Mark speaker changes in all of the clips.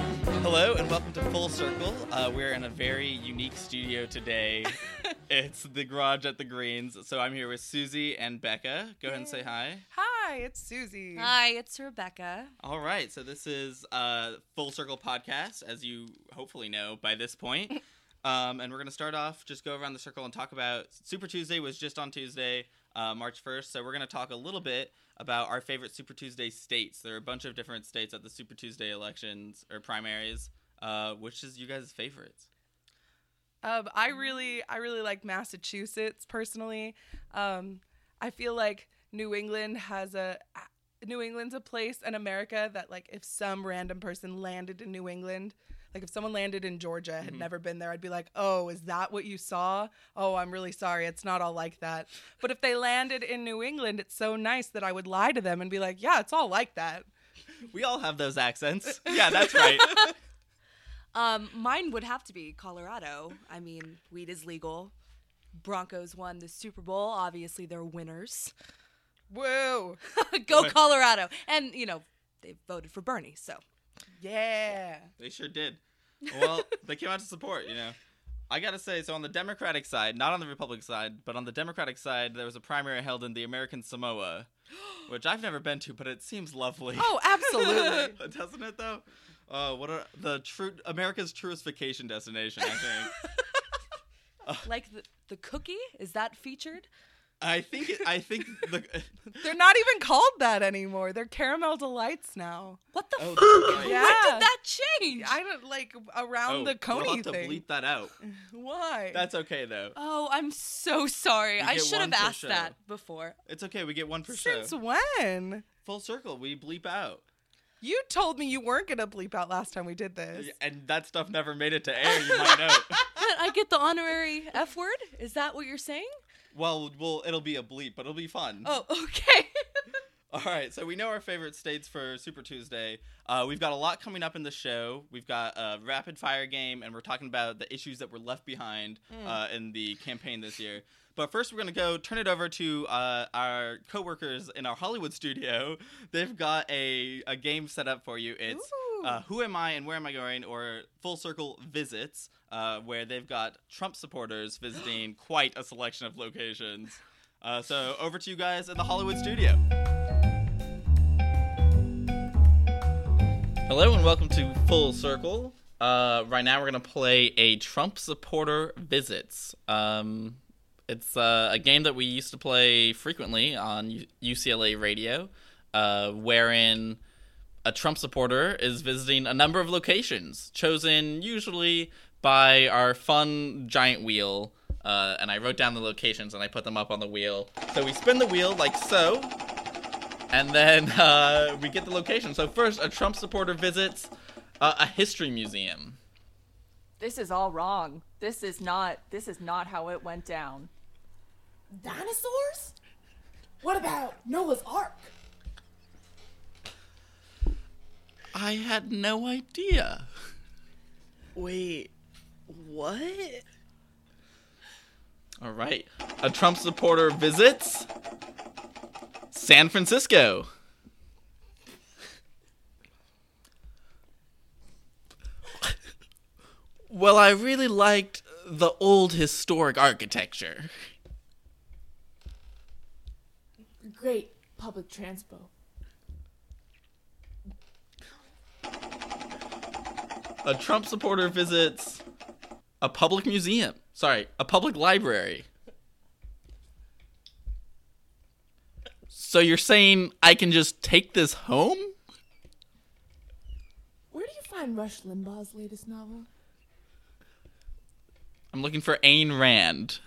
Speaker 1: Hello and welcome to Full Circle. Uh, we're in a very unique studio today. it's the garage at the Greens. So I'm here with Susie and Becca. Go ahead and say hi.
Speaker 2: Hi, it's Susie.
Speaker 3: Hi, it's Rebecca.
Speaker 1: All right. So this is uh, Full Circle podcast, as you hopefully know by this point. Um, and we're going to start off, just go around the circle and talk about Super Tuesday was just on Tuesday, uh, March 1st. So we're going to talk a little bit about our favorite Super Tuesday states. There are a bunch of different states at the Super Tuesday elections or primaries. Uh, which is you guys' favorites?
Speaker 2: Um, I really, I really like Massachusetts personally. Um, I feel like New England has a New England's a place in America that like if some random person landed in New England, like if someone landed in Georgia had
Speaker 1: Mhm.
Speaker 2: never been there, I'd be like, "Oh, is that what you saw? Oh, I'm really sorry. It's not all like that." But if they landed in New England, it's so nice that I would lie to them and be like, "Yeah, it's all like that."
Speaker 1: We all have those accents. Yeah, that's right.
Speaker 3: Um, mine would have to be Colorado. I mean, weed is legal. Broncos won the Super Bowl. Obviously, they're winners.
Speaker 2: Whoa.
Speaker 3: Go
Speaker 1: Right.
Speaker 3: Colorado! And you know, they voted for Bernie. So
Speaker 2: Yeah.
Speaker 1: They sure did. Well, they came out to support, you know. I gotta say, so on the Democratic side, not on the Republican side, but on the Democratic side, there was a primary held in the American Samoa, which I've never been to, but it seems lovely.
Speaker 3: oh, absolutely.
Speaker 1: Doesn't it though? Uh, what are the true America's truest vacation destination? I think.
Speaker 3: like the, the cookie is that featured?
Speaker 1: I think. It, I think the.
Speaker 2: They're not even called that anymore. They're caramel delights now.
Speaker 3: What the?
Speaker 1: Oh,
Speaker 3: f-
Speaker 1: right.
Speaker 2: Yeah.
Speaker 3: When did that change?
Speaker 2: I don't like around
Speaker 1: Oh,
Speaker 2: the
Speaker 1: we'll
Speaker 2: Coney
Speaker 1: have to
Speaker 2: thing.
Speaker 1: bleep that out.
Speaker 2: Why?
Speaker 1: That's okay though.
Speaker 3: oh, I'm so sorry.
Speaker 1: You
Speaker 3: I
Speaker 1: get
Speaker 3: should
Speaker 1: one
Speaker 3: have
Speaker 1: per
Speaker 3: asked
Speaker 1: show.
Speaker 3: that before.
Speaker 1: It's okay. We get one per show.
Speaker 2: since when?
Speaker 1: Full circle. We bleep out.
Speaker 2: You told me you weren't gonna bleep out last time we did this.
Speaker 1: And that stuff never made it to air. You might know.
Speaker 3: But I get the honorary F word. Is that what you're saying?
Speaker 1: Well, well, it'll be a bleep, but it'll be fun.
Speaker 3: Oh, okay.
Speaker 1: All right, so we know our favorite states for Super Tuesday. Uh, we've got a lot coming up in the show. We've got a rapid fire game, and we're talking about the issues that were left behind uh, in the campaign this year. But first, we're going to go turn it over to uh, our coworkers in our Hollywood studio. They've got a, a game set up for you. It's
Speaker 2: Ooh.
Speaker 1: uh, Who Am I and Where Am I Going? or Full Circle Visits, uh, where they've got Trump supporters visiting quite a selection of locations. Uh, so over to you guys in the Hollywood studio. Hello and welcome to Full Circle. Uh, right now we're gonna play a Trump supporter visits. Um, it's uh, a game that we used to play frequently on U- UCLA radio, uh, wherein a Trump supporter is visiting a number of locations, chosen usually by our fun giant wheel. Uh, and I wrote down the locations and I put them up on the wheel. So we spin the wheel like so, and then uh, we get the location. So first, a Trump supporter visits uh, a history museum.
Speaker 4: this is all wrong. This is not this is not how it went down.
Speaker 5: Dinosaurs? What about Noah's Ark?
Speaker 1: I had no idea.
Speaker 6: Wait, what?
Speaker 1: All right, a Trump supporter visits San Francisco. Well, I really liked the old historic architecture.
Speaker 5: Great public transpo.
Speaker 1: A Trump supporter visits a public museum. Sorry, a public library. So you're saying I can just take this home?
Speaker 5: Where do you find Rush Limbaugh's latest novel?
Speaker 1: I'm looking for Ayn Rand.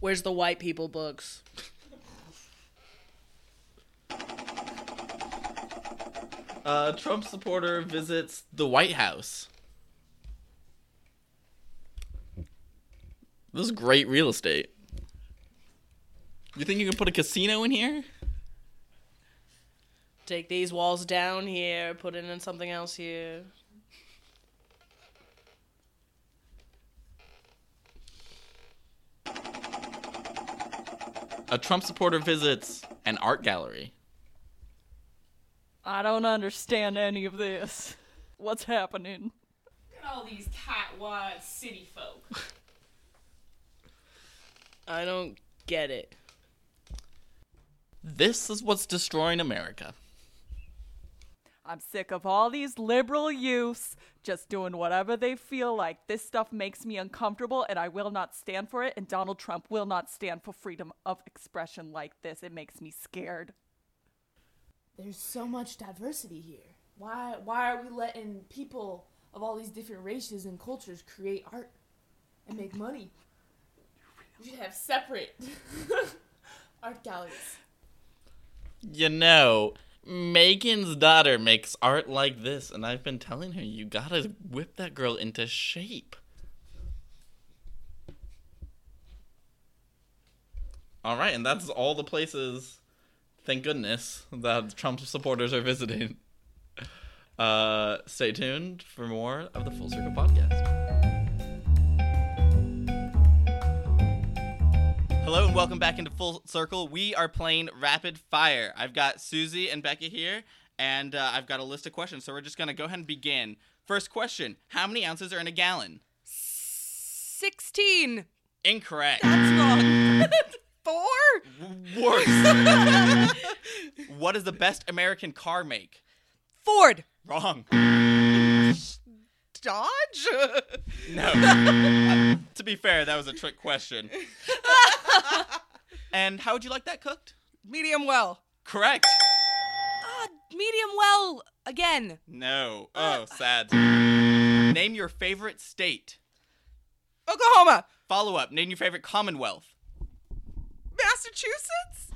Speaker 6: Where's the white people books?
Speaker 1: A Trump supporter visits the White House. This is great real estate. You think you can put a casino in here?
Speaker 6: Take these walls down here, put it in something else here.
Speaker 1: A Trump supporter visits an art gallery.
Speaker 4: I don't understand any of this. What's happening?
Speaker 7: Look at all these tight, wide city folk.
Speaker 6: I don't get it.
Speaker 1: This is what's destroying America.
Speaker 4: I'm sick of all these liberal youths just doing whatever they feel like. This stuff makes me uncomfortable and I will not stand for it. And Donald Trump will not stand for freedom of expression like this. It makes me scared.
Speaker 5: There's so much diversity here. Why why are we letting people of all these different races and cultures create art and make money? We should have separate art galleries.
Speaker 1: You know, Megan's daughter makes art like this, and I've been telling her you gotta whip that girl into shape. All right, and that's all the places. Thank goodness that Trump supporters are visiting. Uh, stay tuned for more of the Full Circle Podcast. Hello and welcome back into Full Circle. We are playing Rapid Fire. I've got Susie and Becca here, and uh, I've got a list of questions. So we're just going to go ahead and begin. First question How many ounces are in a gallon?
Speaker 2: 16.
Speaker 1: Incorrect.
Speaker 2: Four?
Speaker 1: Worse. what does the best American car make?
Speaker 2: Ford.
Speaker 1: Wrong.
Speaker 2: Dodge?
Speaker 1: No. Uh, to be fair, that was a trick question. and how would you like that cooked?
Speaker 2: Medium well.
Speaker 1: Correct.
Speaker 3: Ah, medium well again.
Speaker 1: No. Oh, sad. Name your favorite state.
Speaker 2: Oklahoma.
Speaker 1: Follow up. Name your favorite Commonwealth.
Speaker 2: Massachusetts?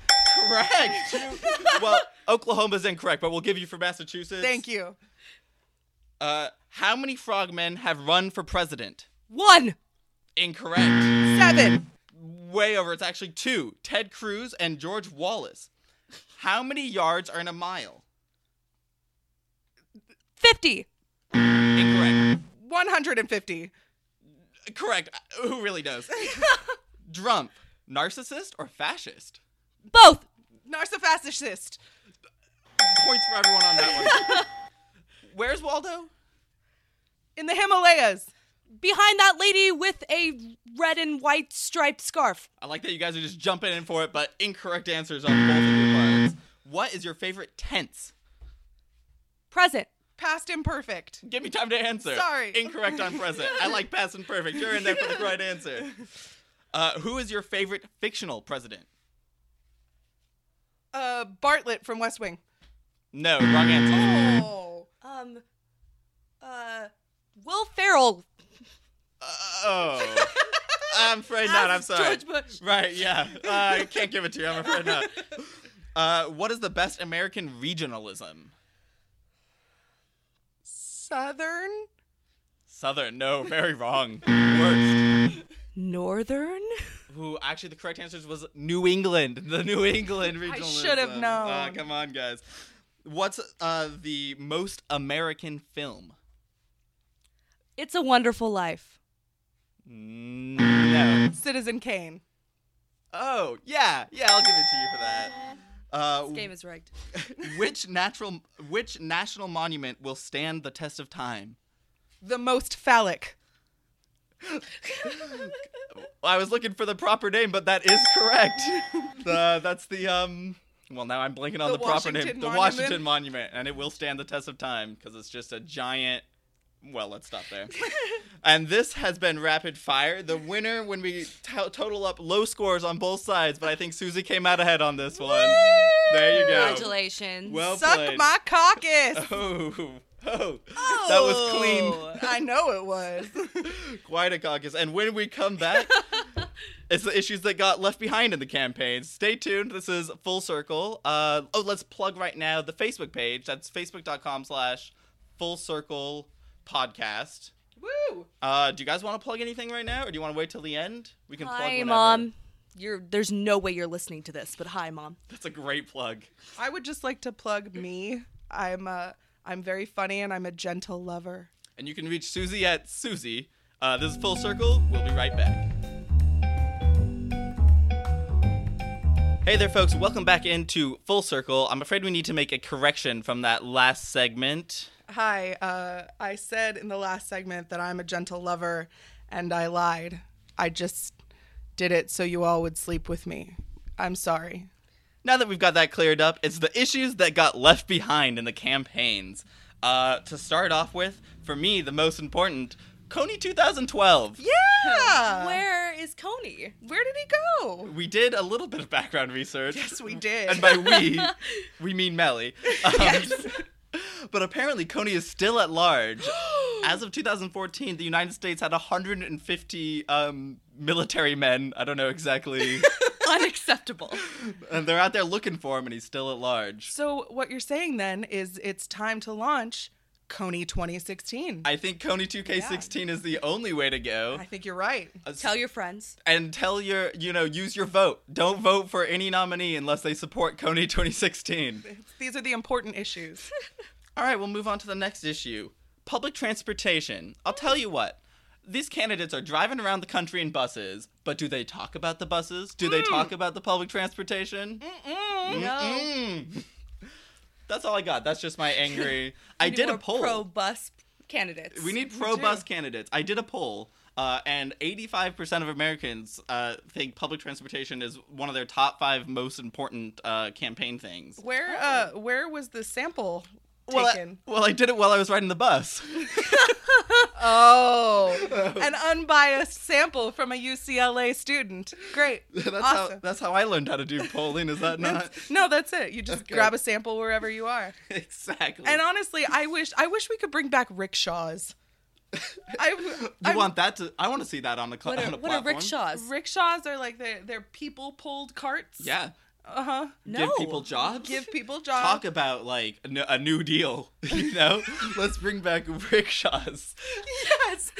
Speaker 1: Correct. well, Oklahoma's incorrect, but we'll give you for Massachusetts.
Speaker 2: Thank you.
Speaker 1: Uh, how many frogmen have run for president?
Speaker 2: One.
Speaker 1: Incorrect.
Speaker 2: Seven.
Speaker 1: Way over. It's actually two. Ted Cruz and George Wallace. How many yards are in a mile?
Speaker 2: 50.
Speaker 1: Incorrect.
Speaker 2: 150.
Speaker 1: Correct. Uh, Who really knows? Drump. Narcissist or fascist?
Speaker 2: Both. Narcissist.
Speaker 1: Points for everyone on that one. Where's Waldo?
Speaker 2: In the Himalayas.
Speaker 3: Behind that lady with a red and white striped scarf.
Speaker 1: I like that you guys are just jumping in for it, but incorrect answers on both of your cards. What is your favorite tense?
Speaker 3: Present.
Speaker 2: Past imperfect.
Speaker 1: Give me time to answer.
Speaker 2: Sorry.
Speaker 1: Incorrect on present. I like past and perfect. You're in there for the right answer. Uh, who is your favorite fictional president?
Speaker 2: Uh, Bartlett from West Wing.
Speaker 1: No, wrong answer.
Speaker 2: Oh.
Speaker 3: Um, uh, Will Ferrell.
Speaker 1: Oh. I'm afraid not. I'm
Speaker 3: As
Speaker 1: sorry.
Speaker 3: George Bush.
Speaker 1: Right, yeah. Uh, I can't give it to you. I'm afraid not. Uh, what is the best American regionalism?
Speaker 2: Southern?
Speaker 1: Southern. No, very wrong. Worst.
Speaker 3: Northern?
Speaker 1: Ooh, actually, the correct answer was New England. The New England regionalism.
Speaker 2: should have known.
Speaker 1: Ah, come on, guys. What's uh, the most American film?
Speaker 3: It's a Wonderful Life.
Speaker 1: Mm, No.
Speaker 2: Citizen Kane.
Speaker 1: Oh, yeah, yeah. I'll give it to you for that. Uh,
Speaker 3: This game is rigged.
Speaker 1: which natural, which national monument will stand the test of time?
Speaker 2: The most phallic.
Speaker 1: I was looking for the proper name, but that is correct. the, that's the um. Well, now I'm blanking on the,
Speaker 2: The
Speaker 1: proper name.
Speaker 2: Washington
Speaker 1: The
Speaker 2: Monument?
Speaker 1: Washington Monument, and it will stand the test of time because it's just a giant. Well, let's stop there. and this has been rapid fire. The winner, when we to- total up low scores on both sides, but I think Susie came out ahead on this one. There you go.
Speaker 3: Congratulations.
Speaker 1: Well
Speaker 2: Suck
Speaker 1: played.
Speaker 2: my caucus. Oh.
Speaker 1: Oh, oh, that was clean.
Speaker 2: I know it was.
Speaker 1: Quite a caucus. And when we come back, it's the issues that got left behind in the campaign. Stay tuned. This is Full Circle. Uh, oh, let's plug right now the Facebook page. That's facebook.com slash Full Circle Podcast.
Speaker 2: Woo.
Speaker 1: Uh, do you guys want to plug anything right now, or do you want to wait till the end? We can plug
Speaker 3: Hi,
Speaker 1: whenever.
Speaker 3: Mom. You're, there's no way you're listening to this, but hi, Mom.
Speaker 1: That's a great plug.
Speaker 2: I would just like to plug me. I'm uh I'm very funny and I'm a gentle lover.
Speaker 1: And you can reach Susie at Susie. Uh, this is Full Circle. We'll be right back. Hey there, folks. Welcome back into Full Circle. I'm afraid we need to make a correction from that last segment.
Speaker 2: Hi, uh, I said in the last segment that I'm a gentle lover, and I lied. I just did it so you all would sleep with me. I'm sorry.
Speaker 1: now that we've got that cleared up, it's the issues that got left behind in the campaigns. Uh, to start off with, for me, the most important, Coney 2012.
Speaker 2: Yeah!
Speaker 3: Where is Coney?
Speaker 2: Where did he go?
Speaker 1: We did a little bit of background research.
Speaker 2: Yes, we did.
Speaker 1: And by we, we mean Melly. Um, But apparently, Coney is still at large. As of 2014, the United States had 150 um, military men. I don't know exactly.
Speaker 3: Unacceptable.
Speaker 1: and they're out there looking for him, and he's still at large.
Speaker 2: so what you're saying then is it's time to launch Coney 2016. I,
Speaker 1: I think Coney 2K16 is the only way to go.
Speaker 2: think you're right.
Speaker 3: Tell your friends.
Speaker 1: and tell your you know use your vote don't vote for any nominee unless they support coney 2016
Speaker 2: These are the important issues.
Speaker 1: all right we'll move on to the next issue public transportation i'll tell you what these candidates are driving around the country in buses but do they talk about the buses do they talk about the public transportation Mm-mm. that's all i got that's just my angry i did a poll
Speaker 3: Pro bus candidates.
Speaker 1: we need pro bus candidates. I did a poll, uh, and 85% of Americans uh, think public transportation is one of their top five most important uh, campaign things.
Speaker 2: Where uh, where was the sample
Speaker 1: Well uh, I,
Speaker 2: taken?
Speaker 1: well, I did it while I was riding the bus.
Speaker 2: Oh, an unbiased sample from a UCLA student. Great.
Speaker 1: that's, how,
Speaker 2: awesome.
Speaker 1: that's how I learned how to do polling, is that not?
Speaker 2: no, that's it. You just grab a sample wherever you are.
Speaker 1: exactly.
Speaker 2: And honestly, I wish I wish we could bring back rickshaws. I,
Speaker 1: you
Speaker 2: I
Speaker 1: want that to, I want to see that on the cl-
Speaker 3: What
Speaker 1: on
Speaker 3: are,
Speaker 1: a
Speaker 3: what are
Speaker 1: platform.
Speaker 3: rickshaws?
Speaker 2: rickshaws are like they're, they're people pulled carts.
Speaker 1: Yeah.
Speaker 2: Uh huh.
Speaker 1: Give
Speaker 3: No.
Speaker 1: people jobs.
Speaker 2: Give people jobs.
Speaker 1: Talk about like a n- a new deal, you know? Let's bring back rickshaws.
Speaker 2: Yes,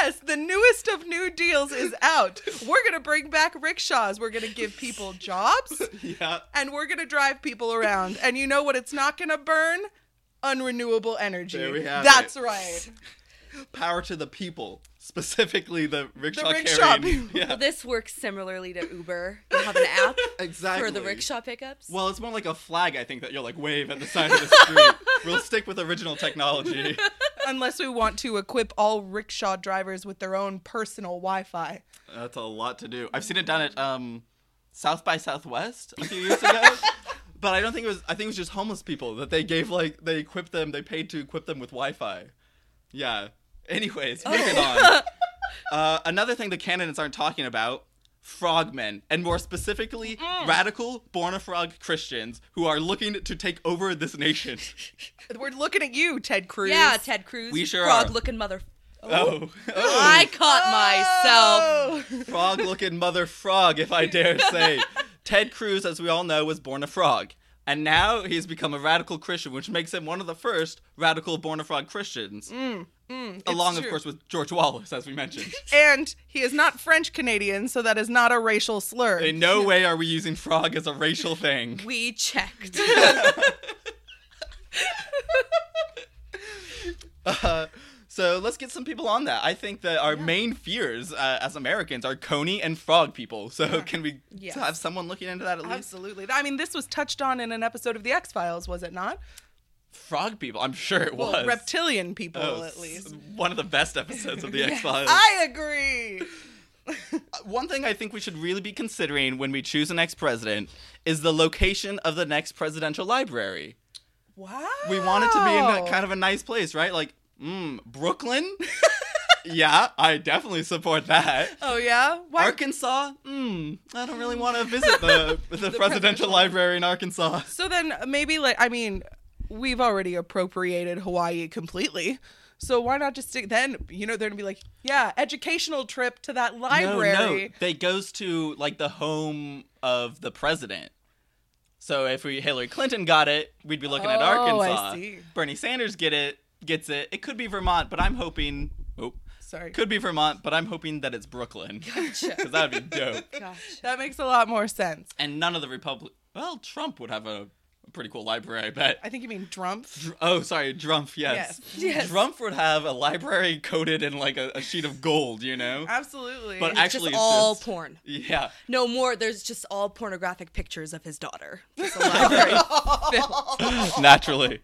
Speaker 2: yes. The newest of new deals is out. We're gonna bring back rickshaws. We're gonna give people jobs,
Speaker 1: Yeah.
Speaker 2: and we're gonna drive people around. And you know what? It's not gonna burn unrenewable energy.
Speaker 1: There we have
Speaker 2: That's
Speaker 1: it.
Speaker 2: right.
Speaker 1: power to the people, specifically the rickshaw,
Speaker 2: rickshaw
Speaker 1: carrying.
Speaker 2: people.
Speaker 1: Yeah,
Speaker 3: This works similarly to Uber. You have an app
Speaker 1: exactly.
Speaker 3: for the rickshaw pickups.
Speaker 1: Well, it's more like a flag, I think, that you'll like wave at the side of the street. we'll stick with original technology.
Speaker 2: Unless we want to equip all rickshaw drivers with their own personal Wi-Fi.
Speaker 1: That's a lot to do. I've seen it done at um, South by Southwest a few years ago. But I don't think it was. I think it was just homeless people that they gave like they equipped them. They paid to equip them with Wi-Fi. Yeah. Anyways, moving on. Uh, another thing the candidates aren't talking about: frogmen, and more specifically, radical born a frog Christians who are looking to take over this nation.
Speaker 2: We're looking at you, Ted Cruz.
Speaker 3: yeah, Ted Cruz.
Speaker 1: We sure are.
Speaker 3: frog looking mother.
Speaker 1: Oh,
Speaker 3: I caught myself.
Speaker 1: frog looking mother frog, if I dare say. Ted Cruz, as we all know, was born a frog. And now he's become a radical Christian, which makes him one of the first radical born a frog Christians. Along, of
Speaker 2: Mm, true.
Speaker 1: course, with George Wallace, as we mentioned.
Speaker 2: And he is not French Canadian, so that is not a racial slur.
Speaker 1: In no way are we using frog as a racial thing.
Speaker 3: We checked.
Speaker 1: Uh, so let's get some people on that. I think that our main fears uh, as Americans are coney and frog people. So can we
Speaker 2: Yes.
Speaker 1: have someone looking into that at least?
Speaker 2: Absolutely. I mean, this was touched on in an episode of The X Files, was it not?
Speaker 1: Frog people, I'm sure it
Speaker 2: Well,
Speaker 1: was.
Speaker 2: reptilian people,
Speaker 1: Oh,
Speaker 2: at least.
Speaker 1: s- One of the best episodes of the X Files.
Speaker 2: I agree.
Speaker 1: One thing I think we should really be considering when we choose an ex president is the location of the next presidential library.
Speaker 2: Wow.
Speaker 1: We want it to be in a, kind of a nice place, right? Like, mm, Brooklyn? yeah, I definitely support that.
Speaker 2: Oh yeah. Why?
Speaker 1: Arkansas? Mm, I don't really want to visit the, the, presidential library in Arkansas.
Speaker 2: so then uh, maybe like I mean, we've already appropriated Hawaii completely. So why not just stick then? You know they're gonna be like, yeah, educational trip to that
Speaker 1: No, no.
Speaker 2: library.
Speaker 1: They goes to like the home of the president. So if we Hillary Clinton got it, we'd be looking at
Speaker 2: Oh, I
Speaker 1: Arkansas.
Speaker 2: see.
Speaker 1: Bernie Sanders get it gets it. It could be Vermont, but I'm hoping oh,
Speaker 2: Sorry,
Speaker 1: could be Vermont, but I'm hoping that it's Brooklyn. Gotcha. Cuz that would be dope.
Speaker 2: that makes a lot more sense.
Speaker 1: And none of the Republic well, Trump would have a A pretty cool library, I bet.
Speaker 2: I think you mean Drumpf.
Speaker 1: Dr- Oh, sorry, Drumpf, yes.
Speaker 2: Yes. Yes.
Speaker 1: Drumpf would have a library coated in like a, a sheet of gold, you know?
Speaker 2: Absolutely.
Speaker 1: But
Speaker 2: I,
Speaker 1: actually,
Speaker 3: just all
Speaker 1: it's just-
Speaker 3: porn.
Speaker 1: Yeah.
Speaker 3: No more. There's just all pornographic pictures of his daughter.
Speaker 1: Naturally.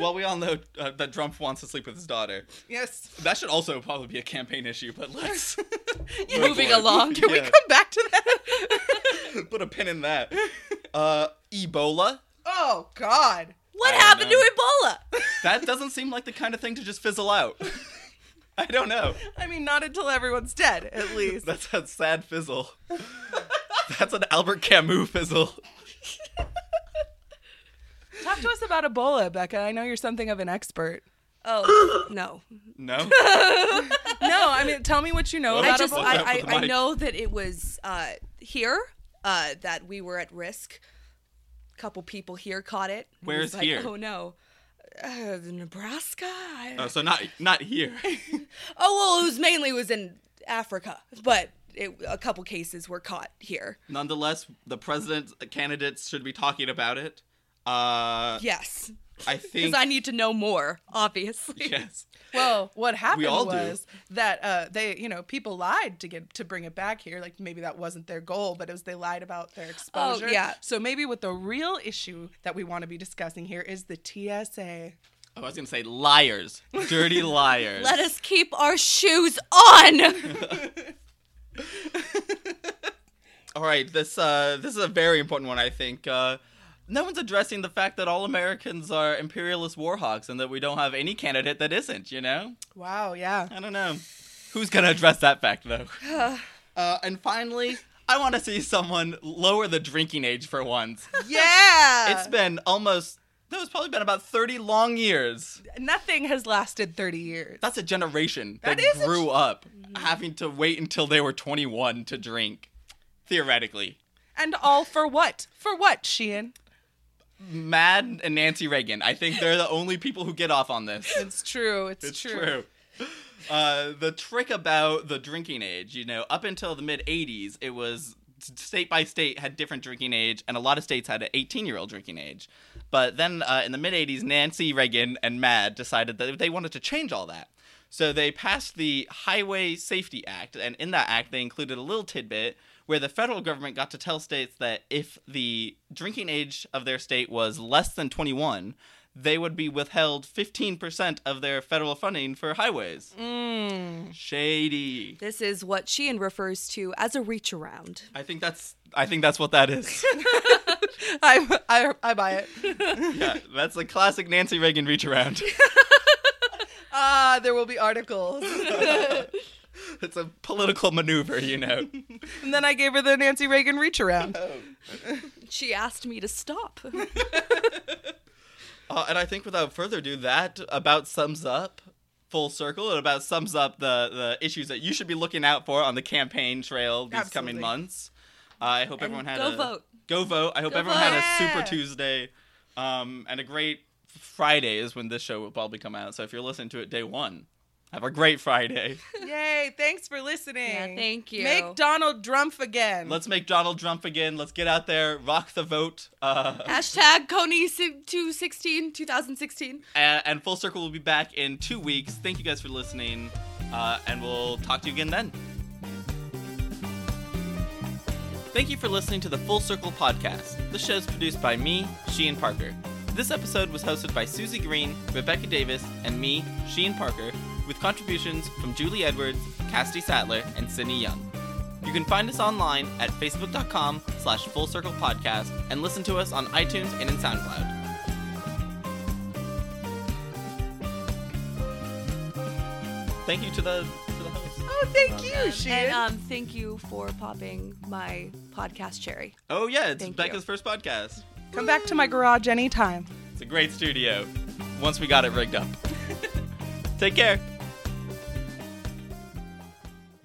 Speaker 1: Well, we all know uh, that Drumpf wants to sleep with his daughter.
Speaker 2: yes.
Speaker 1: That should also probably be a campaign issue, but let's
Speaker 3: Moving along.
Speaker 1: Can
Speaker 2: We come back to that.
Speaker 1: put a pin in that? Uh, Ebola.
Speaker 2: oh God.
Speaker 3: What
Speaker 1: I don't
Speaker 3: happened
Speaker 1: know.
Speaker 3: to Ebola?
Speaker 1: That doesn't seem like the kind of thing to just fizzle out. I don't know.
Speaker 2: I mean, not until everyone's dead, at least.
Speaker 1: That's a sad fizzle. That's an Albert Camus fizzle.
Speaker 2: Talk to us about Ebola, Becca. I know you're something of an expert.
Speaker 3: Oh no.
Speaker 1: No.
Speaker 2: No, I mean, tell me what you know
Speaker 1: Well,
Speaker 3: I
Speaker 2: about
Speaker 3: just
Speaker 1: Audible.
Speaker 2: Ebola.
Speaker 1: Up
Speaker 3: I,
Speaker 1: with the
Speaker 3: I, I
Speaker 1: mic.
Speaker 3: know that it was uh, here uh, that we were at risk. A couple people here caught it. It
Speaker 1: Where's
Speaker 3: was like,
Speaker 1: here?
Speaker 3: Oh no. Uh, Nebraska. I-
Speaker 1: Uh, so not not here.
Speaker 3: oh well, it was mainly it was in Africa, but it, a couple cases were caught here.
Speaker 1: Nonetheless, the president candidates should be talking about it. Uh,
Speaker 3: Yes,
Speaker 1: I
Speaker 3: because
Speaker 1: think
Speaker 3: I need to know more. Obviously.
Speaker 1: yes.
Speaker 2: Well, Oh, what happened
Speaker 1: all do.
Speaker 2: was that uh, they, you know, people lied to get to bring it back here. Like maybe that wasn't their goal, but it was they lied about their exposure.
Speaker 3: yeah.
Speaker 2: So maybe what the real issue that we want to be discussing here is the TSA.
Speaker 1: Oh, I was gonna say liars, dirty liars.
Speaker 3: Let us keep our shoes on.
Speaker 1: All right, this uh, this is a very important one. I think uh, no one's addressing the fact that all Americans are imperialist war hawks and that we don't have any candidate that isn't. You know,
Speaker 2: Wow. Yeah.
Speaker 1: I don't know who's gonna address that fact though. uh, and finally, I want to see someone lower the drinking age for once.
Speaker 2: Yeah.
Speaker 1: It's been almost. No, it's probably been about thirty long years.
Speaker 2: nothing has lasted 30 years.
Speaker 1: That's a generation that,
Speaker 2: That is a
Speaker 1: grew up having to wait until they were twenty-one to drink, theoretically.
Speaker 2: And all for what? For what, Sheehan?
Speaker 1: Mad and Nancy Reagan. I think they're the only people who get off on this.
Speaker 2: It's true. It's,
Speaker 1: Uh, the trick about the drinking age, you know, up until the mid 80s, it was state by state had different drinking age, and a lot of states had an 18 year old drinking age. But then uh, in the mid 80s, Nancy Reagan and Mad decided that they wanted to change all that. So they passed the Highway Safety Act, and in that act, they included a little tidbit where the federal government got to tell states that if the drinking age of their state was less than 21, they would be withheld 15% of their federal funding for highways. Shady.
Speaker 3: this is what Sheehan refers to as a reach around.
Speaker 1: I think that's I think that's what that is.
Speaker 2: I, I, I buy it.
Speaker 1: yeah, that's a classic Nancy Reagan reach around.
Speaker 2: Ah, there will be articles.
Speaker 1: it's a political maneuver, you know.
Speaker 2: and then I gave her the Nancy Reagan reach around.
Speaker 3: She asked me to stop.
Speaker 1: Uh, and I think without further ado, that about sums up full circle. It about sums up the, the issues that you should be looking out for on the campaign trail these coming
Speaker 2: Absolutely.
Speaker 1: months. Uh, I hope everyone had
Speaker 3: go
Speaker 1: a
Speaker 3: vote.
Speaker 1: go vote. I hope everyone
Speaker 3: vote.
Speaker 1: had a
Speaker 2: Yeah.
Speaker 1: super Tuesday, um, and a great Friday is when this show will probably come out. So if you're listening to it day one, have a great Friday.
Speaker 2: Yay. Thanks for listening.
Speaker 3: Yeah, thank you.
Speaker 2: Make Donald Trump again.
Speaker 1: Let's make Donald Trump again. Let's get out there, rock the vote. Uh,
Speaker 3: Hashtag Coney 216, 2016.
Speaker 1: and, and Full Circle will be back in two weeks. Thank you guys for listening, uh, and we'll talk to you again then. Thank you for listening to the Full Circle podcast. The show's produced by me, Sheehan Parker. This episode was hosted by Susie Green, Rebecca Davis, and me, Sheehan Parker, with contributions from Julie Edwards, Cassidy Sattler, and Sydney Young. You can find us online at facebook.com slash full circle podcast and listen to us on iTunes and in SoundCloud. Thank you to the to the host.
Speaker 2: oh, thank you, Sheehan.
Speaker 3: And um, thank you for popping my podcast cherry.
Speaker 1: Oh yeah, it's
Speaker 3: Thank
Speaker 1: Becca's
Speaker 3: you.
Speaker 1: first podcast.
Speaker 2: Come back to my garage anytime.
Speaker 1: It's a great studio. Once we got it rigged up. Take care.